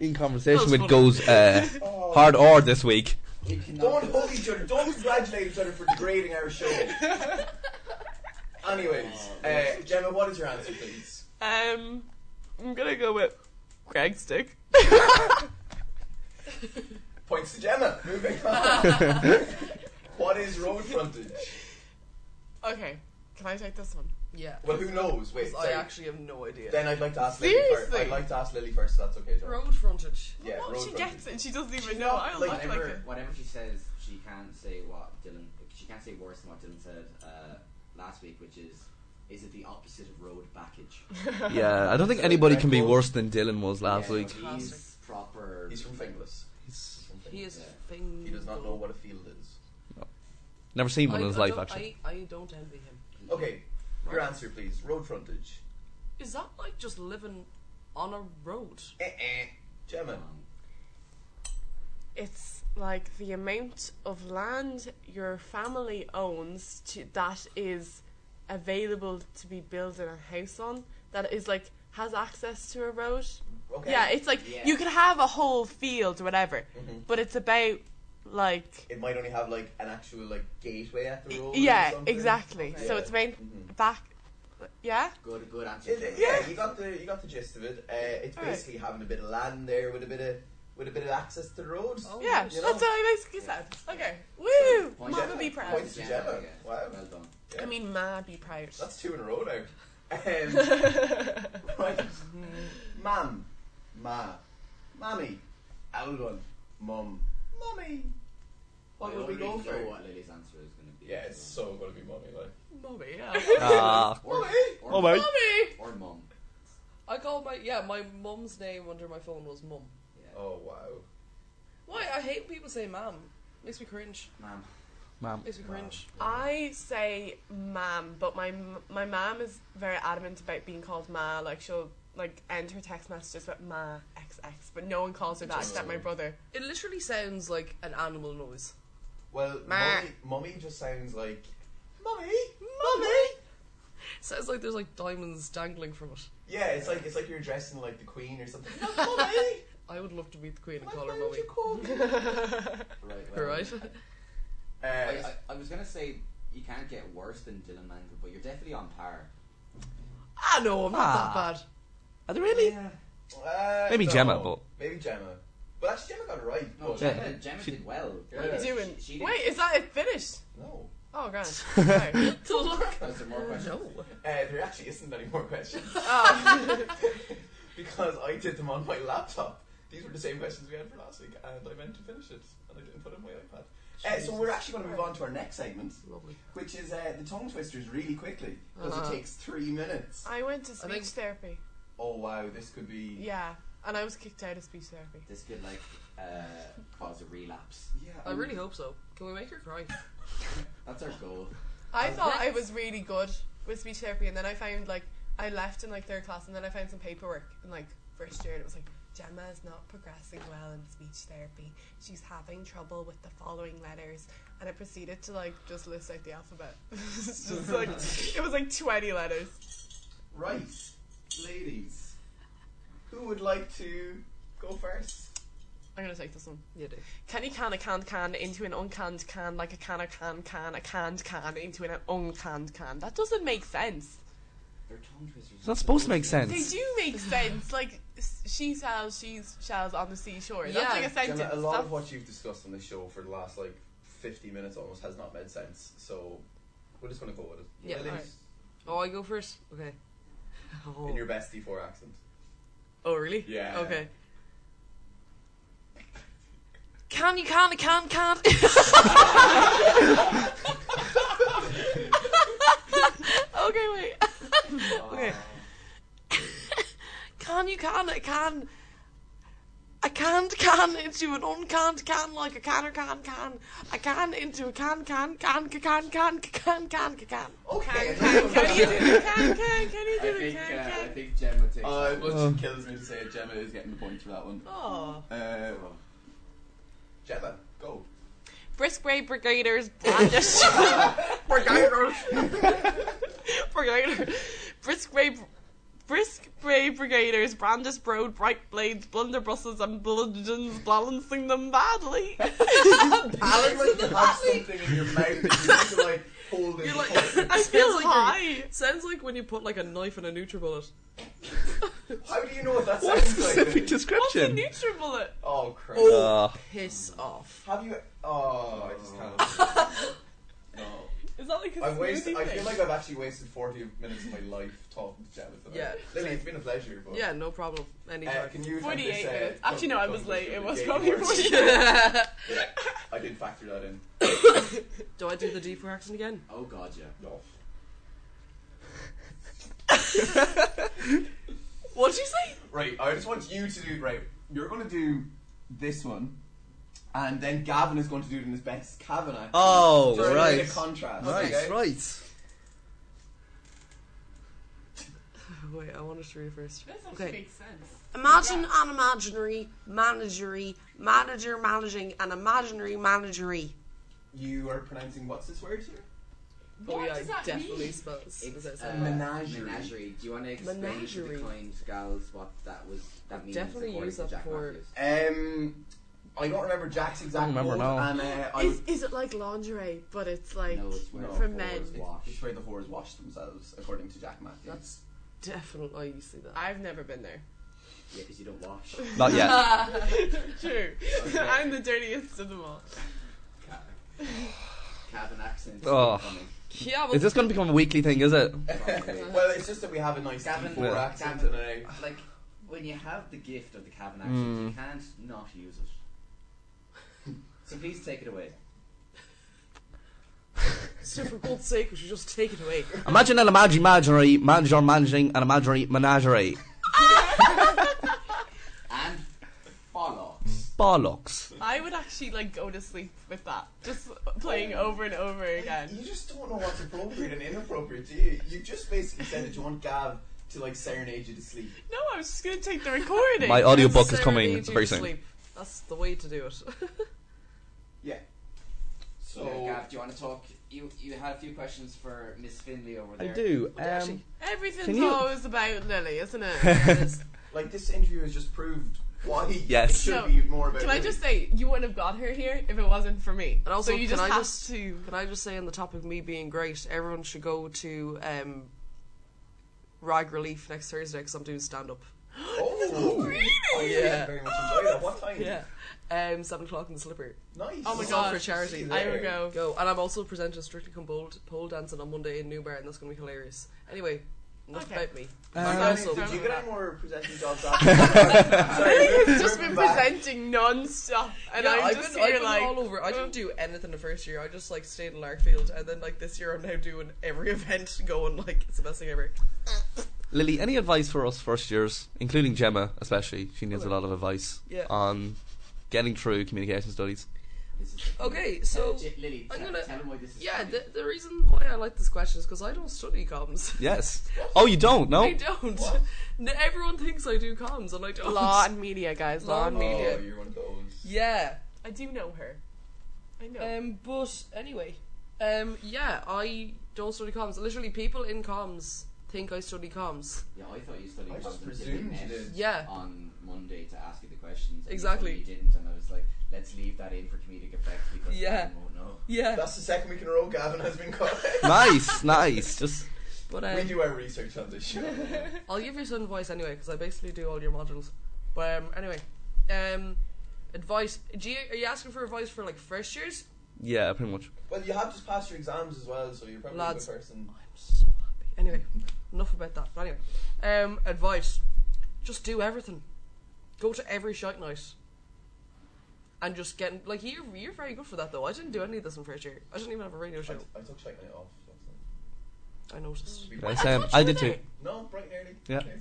B: In conversation
D: That was
B: with
D: funny.
B: goes uh, hard or this week.
A: We cannot
C: Don't
A: do
C: hug each other. Don't congratulate each other for degrading our show. Anyways, uh, Gemma, what is your answer, please?
E: Um, I'm gonna go with Greg's dick.
C: Points to Gemma. Moving on. what is road frontage?
E: Okay, can I take this one?
D: Yeah.
C: Well, who knows? Wait,
D: 'Cause I
C: sorry.
D: actually have no idea.
C: Then I'd like to ask Lily first.
E: Seriously?
C: I'd like to ask Lily first. If that's okay, John.
D: Road frontage.
C: Yeah,
E: no,
C: road
E: she
C: frontage.
E: gets it. She doesn't even
C: She's
E: know.
C: not,
E: I
C: like,
E: look like
A: whatever,
E: it.
A: whatever she says, she can't say what Dylan. She can't say worse than what Dylan said uh, last week, which is, is it the opposite of road backage?
B: Yeah, I don't think anybody can be worse than Dylan was last
A: Yeah,
B: week.
A: He's
D: Fantastic.
A: proper.
C: He's from Finglas.
B: He's-
C: He's from
D: He is
A: Yeah.
D: Fingal.
C: He does not know what a field is.
B: Never seen one
D: I,
B: in his
D: I
B: life
D: don't-
B: actually.
D: I, I don't envy him.
C: Okay, your answer, please. Road frontage.
D: Is that like just living on a road?
C: Eh eh. Gemma.
E: It's like the amount of land your family owns to, that is available to be building a house on that is like has access to a road.
C: Okay.
E: Yeah, it's like
A: Yeah.
E: you could have a whole field, whatever,
C: Mm-hmm.
E: but it's about like
C: it might only have like an actual like gateway at the road. or
E: yeah,
C: something.
E: exactly.
C: Okay.
E: So
C: Yeah.
E: it's about
C: Mhm.
E: back. Yeah,
A: Good, good answer.
C: It-
A: Gemma.
C: it- yeah, you got the you got the gist of it. Uh, it's
E: Alright.
C: basically having a bit of land there with a bit of with a bit of access to the road.
E: yeah.
C: Oh, you know.
E: That's what I basically said. Okay, woo!
A: Point
E: Mama
A: to-
E: be proud.
A: point
C: Points to Gemma.
A: yeah.
C: Wow.
A: Well done.
E: I mean, ma be proud.
C: That's two in a row now. Um, right. Mam. Ma. Mammy. Old one. Mum. Mummy. What
A: I
C: would we
A: already
C: go
A: know
C: for?
A: oh, what Lily's answer is going to be.
C: Yeah, it's so gonna be mummy, like.
D: Mommy, yeah.
B: Ah,
A: Or,
C: Mummy!
A: or,
B: oh mate.
D: Mommy!
A: Or mum.
D: I called my yeah my mum's name under my phone was mum.
A: Yeah.
C: Oh wow.
D: Why I hate when people say mum. Makes me cringe.
A: Ma'am.
B: Ma'am.
D: Makes me cringe.
E: I say mam, but my m- my mom is very adamant about being called ma. Like she'll like end her text messages with ma xx, but no one calls her that except my brother.
D: It literally sounds like an animal noise.
C: Well,
E: Ma.
C: mummy, mummy just sounds like mummy,
E: Mummy.
C: mummy.
D: Sounds like there's like diamonds dangling from it.
C: Yeah, it's like it's like you're dressing like the queen or something. mummy,
D: I would love to meet the queen and
C: why,
D: call her
C: why would
D: mummy.
C: you call me?
A: Right. Well,
D: Right?
C: Uh,
A: I, I, I was going to say you can't get worse than Dylan Mangle, but you're definitely on par.
D: I know I'm not
B: Ah.
D: that bad.
B: Are they really?
C: uh,
B: Maybe
C: no.
B: Gemma, but-
C: maybe Gemma. But actually, Gemma got it right.
A: No,
C: but-
B: Yeah.
A: Gemma, Gemma
B: She-
A: did well.
E: What are
C: Yeah.
E: you doing?
A: She- she did-
E: Wait, is that it finished?
C: No,
E: Oh god. Sorry.
D: To look.
A: Was there more questions?
D: No.
C: uh, there actually isn't any more questions
D: Oh.
C: because I did them on my laptop. These were the same questions we had for last week, and I meant to finish it, and I didn't put it on my iPad. Uh, so we're actually going to move on to our next segment,
D: Lovely.
C: which is uh, the tongue twisters really quickly because
D: Uh-huh.
C: it takes three minutes.
E: I went to speech
D: think-
E: therapy.
C: Oh wow, this could be.
E: Yeah, and I was kicked out of speech therapy.
A: This could like uh, cause a relapse.
C: Yeah, um,
D: I really hope so. Can we make her cry?
A: That's our goal.
E: I thought I was really good with speech therapy, and then I found like I left in like third class, and then I found some paperwork in like first year, and it was like Gemma is not progressing well in speech therapy. She's having trouble with the following letters, and I proceeded to like just list out the alphabet. it's just like it was like twenty letters.
C: Right, ladies, who would like to go first?
E: I'm gonna take this one.
D: You do.
E: Can you can a canned can into an uncanned can like a can a can can a canned can into an uncanned can? That doesn't make sense.
A: They're tongue twisters.
B: It's not supposed to make
E: They
B: sense.
E: do make sense. Like s- she sells, she sells on the seashore. That's
D: Yeah.
E: like a sentence.
C: Gemma, a lot
E: That's-
C: of what you've discussed on the show for the last like 50 minutes almost has not made sense, so we're just going to go with it.
D: Yeah,
C: ladies,
E: alright.
D: Oh, I go first? Okay. Oh,
C: in your best D4 accent.
D: oh really?
C: Yeah.
D: Okay. Can you can can can
E: okay, wait.
D: Okay. Can you can a can a canned can into an uncanned can like a canner can can a can into a can can can ca- can can ca- can can ca- can.
C: Okay,
E: Can, can you do it? Can can can you
A: I
E: do it?
A: think
E: Can
A: uh, I
E: can.
A: think Gemma takes.
C: uh,
A: it.
C: what kills me to say it, Gemma is getting the point for that one.
E: Oh.
C: Uh, Gemma, go.
E: Brisk Brave Brigaders brandish. Brigaders. Brigaders. Brisk Brave. Brisk Brave Brigaders brandish brode bright blades, blunderbusses, and bludgeons, balancing them badly.
C: I like you have something in your mouth that you need to like hold in
D: You're
C: the
D: like-
C: pocket.
E: I feel
D: Sounds like
E: high.
D: Sounds like when you put like a knife in a NutriBullet.
C: How do you know what that
B: What
C: sounds like?
B: specific
C: Lily?
E: What's a
B: description?
E: NutriBullet?
C: Oh, crap.
B: Ah,
D: Piss off.
C: Have you? Oh, I just can't. no,
E: Is that like a
C: I
E: smoothie
C: waste. I
E: thing?
C: feel like I've actually wasted forty minutes of my life talking to Gemma tonight.
D: Yeah,
C: Lily,
D: same.
C: it's been a pleasure. But,
D: Yeah, no problem.
C: Uh,
D: Anytime.
C: can you? have
E: 48
C: this, uh,
E: minutes. Actually, no, I was
C: conversation
E: late. It
C: with
E: was
C: Jamie
E: probably
C: Morrison?
E: 48
C: Yeah, I did factor that in.
D: do I do the deeper accent again?
A: oh god, yeah.
C: No.
E: What did you say?
C: Right, I just want you to do. Right, you're gonna do this one, and then Gavin is going to do it in his best Kavanaugh.
B: Oh,
C: Just to
B: right.
C: create a contrast.
B: Right,
C: okay?
B: right.
D: Oh, Wait, I wanted to read it first.
F: This actually
D: Okay.
F: makes sense.
D: Imagine an imaginary managery manager managing an imaginary managery.
C: You are pronouncing what's this word here?
F: What
D: oh yeah,
F: does that
D: definitely
F: mean?
D: spells.
A: It's,
D: It's,
A: uh,
C: Menagerie.
A: menagerie. Do you want to explain to
D: Menagerie.
A: the kind gals what that was? That means
D: Definitely
A: according
D: use
A: to
D: that
A: Jack
D: for-
A: Matthews?
C: Um, I don't remember Jack's exact
B: Don't remember
C: quote,
B: now.
C: and uh, I
E: Is,
C: would-
E: is it like lingerie, but it's like
A: no, it's where
C: No.
A: the
E: for
A: whores
E: men?
A: wash.
C: it's where the whores wash themselves, according to Jack Matthews.
D: That's definitely oh, you see that.
E: I've never been there.
A: Yeah, because you don't wash.
B: Not yet.
E: True.
A: Okay.
E: I'm the dirtiest of them all.
A: Cabin accent.
B: Oh.
A: Coming.
D: Yeah,
B: Is this going to become a weekly thing? Is it?
A: Probably.
C: well, it's just that we have a nice
A: Gavin-
C: D4
B: Yeah.
C: accent
A: Gavin-
C: and a
A: like when you have the gift of the cabin
B: Hmm.
A: accent, you can't not use it. So please take it away.
D: so for God's sake, we should just take it away.
B: Imagine an imagi- imaginary manager managing an imaginary menagerie.
A: And bollocks.
B: Bollocks.
E: I would actually like go to sleep with that, just playing over and over again.
C: You just don't know what's appropriate and inappropriate, do you? You just basically said that you want Gav to like serenade you to sleep.
E: No, I was just gonna take the recording.
B: My audiobook is
D: Sarah
B: coming
D: needs you
B: very
D: to
B: soon.
D: sleep. That's the way to do it.
C: Yeah. So,
A: So, Gav, do you want to talk? You you had a few questions for Miss Finley over
B: I
A: there.
B: do. Um,
D: Actually-
E: Everything's
B: Can you-
E: always about Lily, isn't it?
C: like this interview has just proved why
B: Yes.
C: it should
E: No.
C: be more about.
E: Can I
C: Lily.
E: just say you wouldn't have got her here if it wasn't for me?
D: And also,
E: so you
D: can
E: just
D: I
E: have
D: just-
E: to.
D: Can I just say, on the topic of me being great, everyone should go to um, Rag Relief next Thursday because I'm doing stand up.
C: Oh, really?
D: Yeah.
C: Very much enjoyed that. What time?
D: Um, seven o'clock in the slipper.
C: Nice.
E: Oh my
D: It's
E: god!
D: all for charity.
E: I would go.
D: Go. And I'm also presenting Strictly Come Bold pole dancing on Monday in Newbar, and that's going to be hilarious. Anyway, enough
E: Okay.
D: about me.
C: Uh, Did
D: I'm
C: you-
D: also
C: did you get any more presenting jobs after?
E: He's
C: Sorry,
E: just been presenting non-stop, and
D: yeah,
E: I'm
D: I've
E: just
D: been, I've
E: here
D: been
E: like
D: all over. I
E: "Uh,
D: didn't do anything the first year. I just like stayed in Larkfield, and then like this year, I'm now doing every event, going like it's the best thing ever.
B: Lily, any advice for us first years, including Gemma, especially? She needs a lot of advice
D: Yeah.
B: on getting through communication studies.
A: This is-
D: Okay, so
A: Uh, J- Lily,
D: I'm
A: tell,
D: gonna-
A: tell him why this is.
D: Yeah,
A: funny.
D: the, the reason why I like this question is because I don't study comms.
B: Yes. Oh, you don't? No?
D: I don't. No, everyone thinks I do comms, and I don't.
E: law and media, guys. Law
D: Law
E: and
D: and
E: media.
C: Oh, you're one of those.
D: Yeah.
E: I do know her. I know.
D: Um. But anyway. Um. Yeah. I don't study comms. Literally, people in comms think I study comms.
A: Yeah, I thought you studied.
C: I just
A: comms until
C: presumed
A: we
C: you
A: met
C: did.
D: Yeah.
A: On Monday to ask you the questions. and
D: Exactly.
A: You told me you didn't, and I was like, let's leave that in for comedic effect because
D: Yeah.
A: we won't know.
D: Yeah.
C: That's the second week in a row Gavin has been caught.
B: nice, nice. Just
D: but
C: we
D: um,
C: do our research on this show.
D: I'll give you some advice anyway because I basically do all your modules. But um, anyway, um, advice. Do you, are you asking for advice for like first years?
B: yeah, pretty much.
C: well, you have just passed your exams as well, so you're probably
D: Lads.
C: a good person.
D: I'm so happy. Anyway, enough about that. But anyway, um, advice: just do everything. Go to every shite night. And just getting like you're you're very good for that though. I didn't do any of this in first year. I didn't even have a radio
C: I,
D: show.
C: I took shite night off. last night.
D: I noticed.
C: We-
B: Nice. Um, I did too.
C: No, bright and early.
B: Yeah.
C: Okay.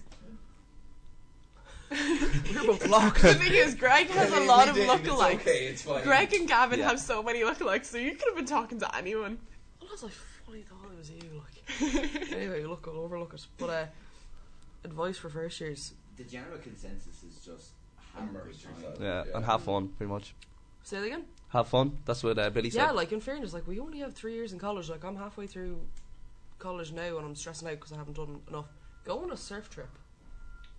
D: We're both locked.
E: the thing is, Greg has a lot of
C: We did, it's
E: lookalikes.
C: Okay, it's fine.
E: Greg and Gavin
B: Yeah.
E: have so many lookalikes, so you could have been talking to anyone.
D: Unless I fully thought it was you. Like anyway, look, I'll overlook it. But uh, advice for first years:
A: The general consensus is just have a good
C: Immerse
A: time.
C: yourself.
B: Yeah, and have fun, pretty much.
D: say it again.
B: Have fun. That's what uh, Billy said.
D: Yeah, like in fairness, like we only have three years in college. Like I'm halfway through college now, and I'm stressing out because I haven't done enough. Go on a surf trip.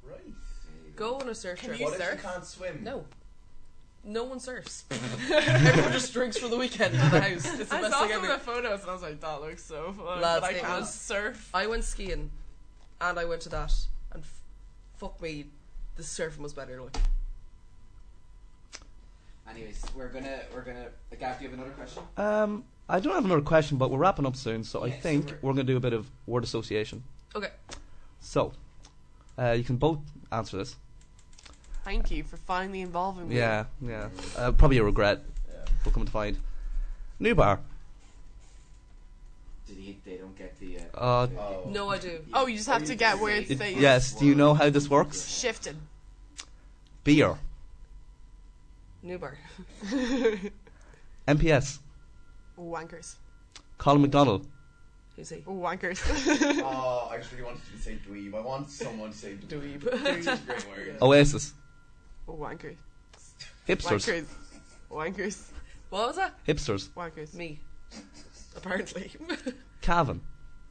C: Right.
D: Go on a surf
E: Can
D: trip.
E: You
C: What if
E: surf?
C: you can't swim?
D: No. No one surfs. Everyone just drinks for the weekend at the house. It's the
E: I
D: best
E: saw
D: thing
E: some of
D: ever.
E: the photos and I was like, that looks so fun.
D: Lads,
E: but I
D: it
E: can't
D: was-
E: surf.
D: I went skiing, and I went to that, and f- fuck me, the surfing was better. Like
A: Anyways, we're gonna we're gonna. uh, Gav, do you have another question?
B: Um, I don't have another question, but we're wrapping up soon, so I
A: Yeah, so
B: think
A: we're-
B: we're going to do a bit of word association.
D: okay,
B: So, uh, you can both answer this.
E: Thank you for finally involving me.
B: Yeah, yeah. Uh, probably a regret.
C: Yeah.
B: We'll come to find. New bar.
A: Did he, they don't get the. Uh,
B: Uh,
C: Oh.
D: no, I do.
E: Oh, you just have to get where it's
B: it-
E: safe.
B: yes, do you know how this works?
E: Shifting.
B: Beer.
D: Newbar.
B: MPS.
E: Wankers.
B: Colin McDonald.
D: Who's he?
E: Wankers.
C: Oh, I just really wanted you to say dweeb. I want someone to say dweeb.
E: Dweeb.
C: Dweeb's a great word.
B: Oasis.
E: Wankers.
B: Hipsters.
E: Wankers. Wankers.
D: What was that?
B: Hipsters.
E: Wankers.
D: Me. Apparently.
B: Calvin.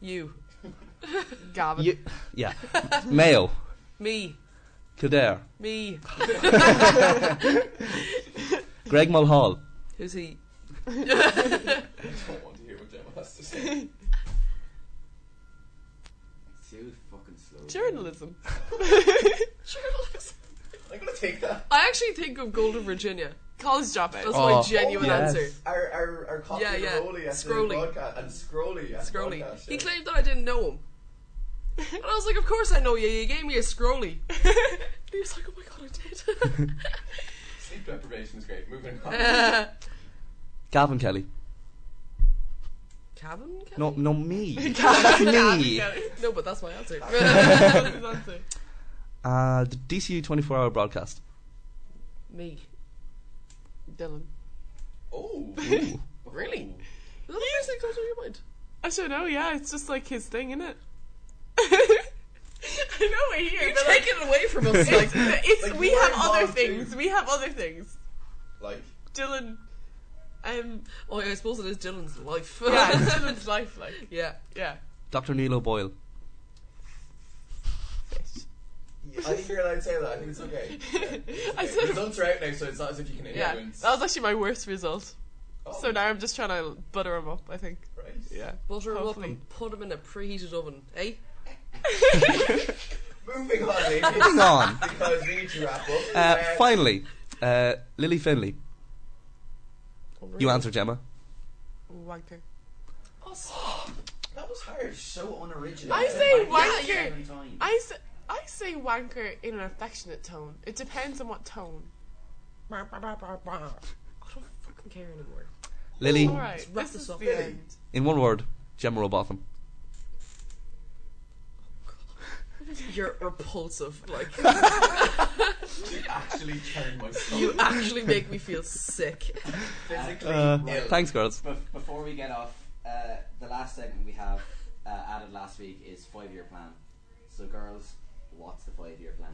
D: you.
E: Gavin.
B: You, yeah. Mayo.
D: Me.
B: Kildare.
D: Me.
B: Greg Mulhall.
D: Who's he?
C: I don't want to hear what Gemma has to say.
A: Too fucking slow.
E: Journalism.
D: Journalism.
C: I'm gonna take that.
D: I actually think of Golden Virginia.
E: College dropout.
D: That's
B: Oh,
D: my genuine
B: yes.
D: answer.
C: Our our our copy
D: Yeah,
C: of
D: yeah.
C: Rolly at
D: Scrolling.
C: the broadcast and Scrolly at
D: Scrolly.
C: The broadcast,
D: He
C: yeah.
D: claimed that I didn't know him. And I was like, of course I know you. You gave me a scrolly. and he was like, oh my god, I did.
C: Sleep deprivation is great. Moving on.
D: uh,
B: Calvin Kelly.
D: Calvin Kelly?
B: No, no, me. That's me.
D: No, but that's my answer.
E: That's his answer.
B: Uh, the DCU 24 hour broadcast.
D: me.
E: Dylan.
C: Oh.
B: Ooh.
D: Really? Is that the first thing that comes to your mind?
E: I don't know, yeah, it's just like his thing, isn't it? I know we're here,
D: You're
E: but like,
D: taking it away from us. Like,
E: it's,
C: like,
E: we
C: you are
E: have other
C: involved too.
E: things. We have other things.
C: Like
E: Dylan, um,
D: oh, yeah, I suppose it is Dylan's life.
E: yeah, it's Dylan's life, like,
D: yeah.
E: yeah.
B: Dr. Neil O'Boyle.
E: Fish.
C: I think you're allowed to say that. I think it's okay. Yeah, it's
E: I
C: okay.
E: sort of-
C: Results are out now, so it's not as if you can
E: Yeah,
C: influence.
E: that was actually my worst result.
C: Oh,
E: So now I'm just trying to butter him up, I think.
C: right.
E: Yeah.
D: Butter him up
E: Hopefully.
D: and put him in a preheated oven, eh?
C: Moving on,
B: Hang
C: ladies,
B: on.
C: because we need to wrap up.
B: Uh, finally, uh, Lily Finley. You answer, Gemma.
E: Wanker. Oh,
C: that was harsh.
A: So unoriginal.
E: I
A: Said
E: say
A: my
E: wanker.
A: name seven times.
E: I say, I say wanker in an affectionate tone. It depends on what tone.
D: I don't fucking care anymore.
B: Lily,
E: Alright,
D: wrap
E: this
D: this
E: is
D: up.
E: the
C: Really?
E: end.
B: in one word, Gemma Robotham.
D: You're repulsive. Like,
C: You actually turned my
D: you
C: stomach
D: actually make me feel sick.
C: physically
B: Uh,
C: ill.
B: thanks, girls.
A: Bef- before we get off, uh, the last segment we have uh, added last week is five year plan. So, girls, what's the five year plan?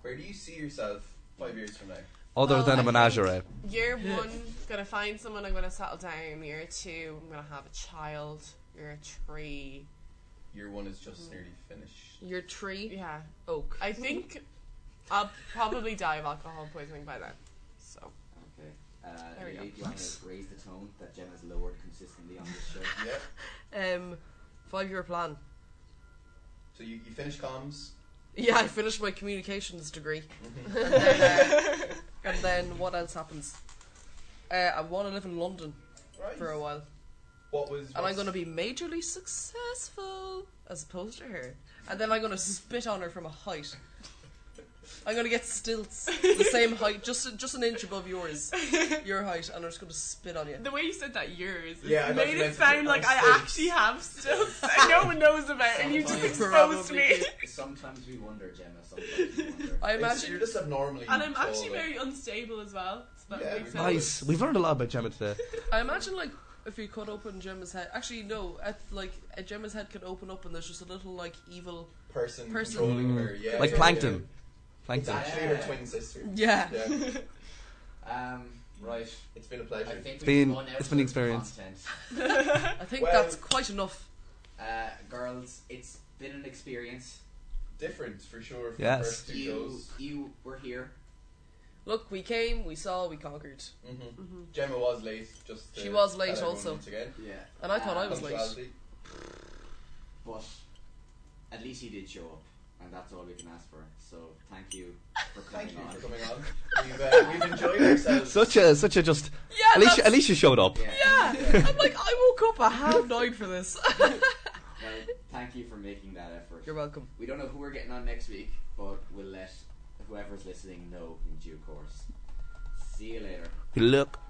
C: Where do you see yourself five years from now?
B: Other
E: Well,
B: than a
E: I think-
B: menagerie.
E: Year one, gonna find someone. I'm gonna settle down. Year two, I'm gonna have a child. Year three,
C: Year one is just nearly finished.
D: Your tree
E: yeah.
D: oak.
E: I think I'll probably die of alcohol poisoning by then. So
A: Okay. Uh,
E: There we
A: Lily,
E: go.
A: do you want to raise the tone that Jen has lowered consistently on this show?
C: Yeah.
D: Um, five year plan.
C: So you, you finish comms.
D: Yeah, I finished my communications degree. and then what else happens? Uh, I want to live in London
C: Right.
D: for a while.
C: What was?
D: And I'm
C: what's-
D: going to be majorly successful, as opposed to her. And then I'm going to spit on her from a height. I'm going to get stilts, the same height, just just an inch above yours, your height, and I'm just going to spit on you.
E: the way you said that years,
C: Yeah, I thought
E: made
C: you meant
E: it sound
C: to-
E: like
C: I
E: I
C: was
E: actually have stilts that no one knows about, and you just
A: Sometimes.
E: exposed me.
D: Probably.
A: Sometimes we wonder, Gemma. Sometimes we wonder.
C: It's-
D: I
C: You're
D: imagine.
C: just abnormally.
E: And I'm
C: tall,
E: actually
C: like-
E: very unstable as well. So that
C: Yeah,
E: makes
C: we-
E: sense.
B: Nice. We've learned a lot about Gemma today.
D: I imagine like if you cut open Gemma's head. Actually, no. At, like a Gemma's head could open up, and there's just a little like evil.
C: person,
D: Person.
C: controlling her. Yeah,
B: Mm. Like
C: yeah,
B: Plankton.
C: yeah. It's
B: Plankton.
C: actually her twin sister.
D: Yeah.
C: Yeah.
A: Um, right.
C: It's been a
A: I
C: pleasure.
A: think we've
B: been-
A: run out
B: it's been
A: of
B: experience.
A: content.
D: I think
C: Well-
D: that's quite enough.
A: Uh, girls, it's been an experience.
C: Different for sure. From
B: Yes.
C: the first two
A: You,
C: goes.
A: you were here.
D: Look, we came, we saw, we conquered,
C: hmm
E: Mm-hmm.
C: Gemma was late. Just to
D: She was
C: tell
D: late
C: everyone
D: also.
C: Once again.
A: Yeah.
D: and I thought I was late.
C: Punctuality.
A: Um, But at least you did show up, and that's all we can ask for. So thank you for coming
C: Thank you
A: on.
C: for coming on. We've, uh, we've enjoyed ourselves.
B: Such a, such a just.
D: Yeah.
B: At least,
D: that's-
B: you- at least you showed up.
A: Yeah.
D: yeah. I'm like, I woke up at half nine for this.
A: Well, thank you for making that effort.
D: You're welcome.
A: We don't know who we're getting on next week, but we'll let whoever's listening know in due course. See you later.
B: Good luck.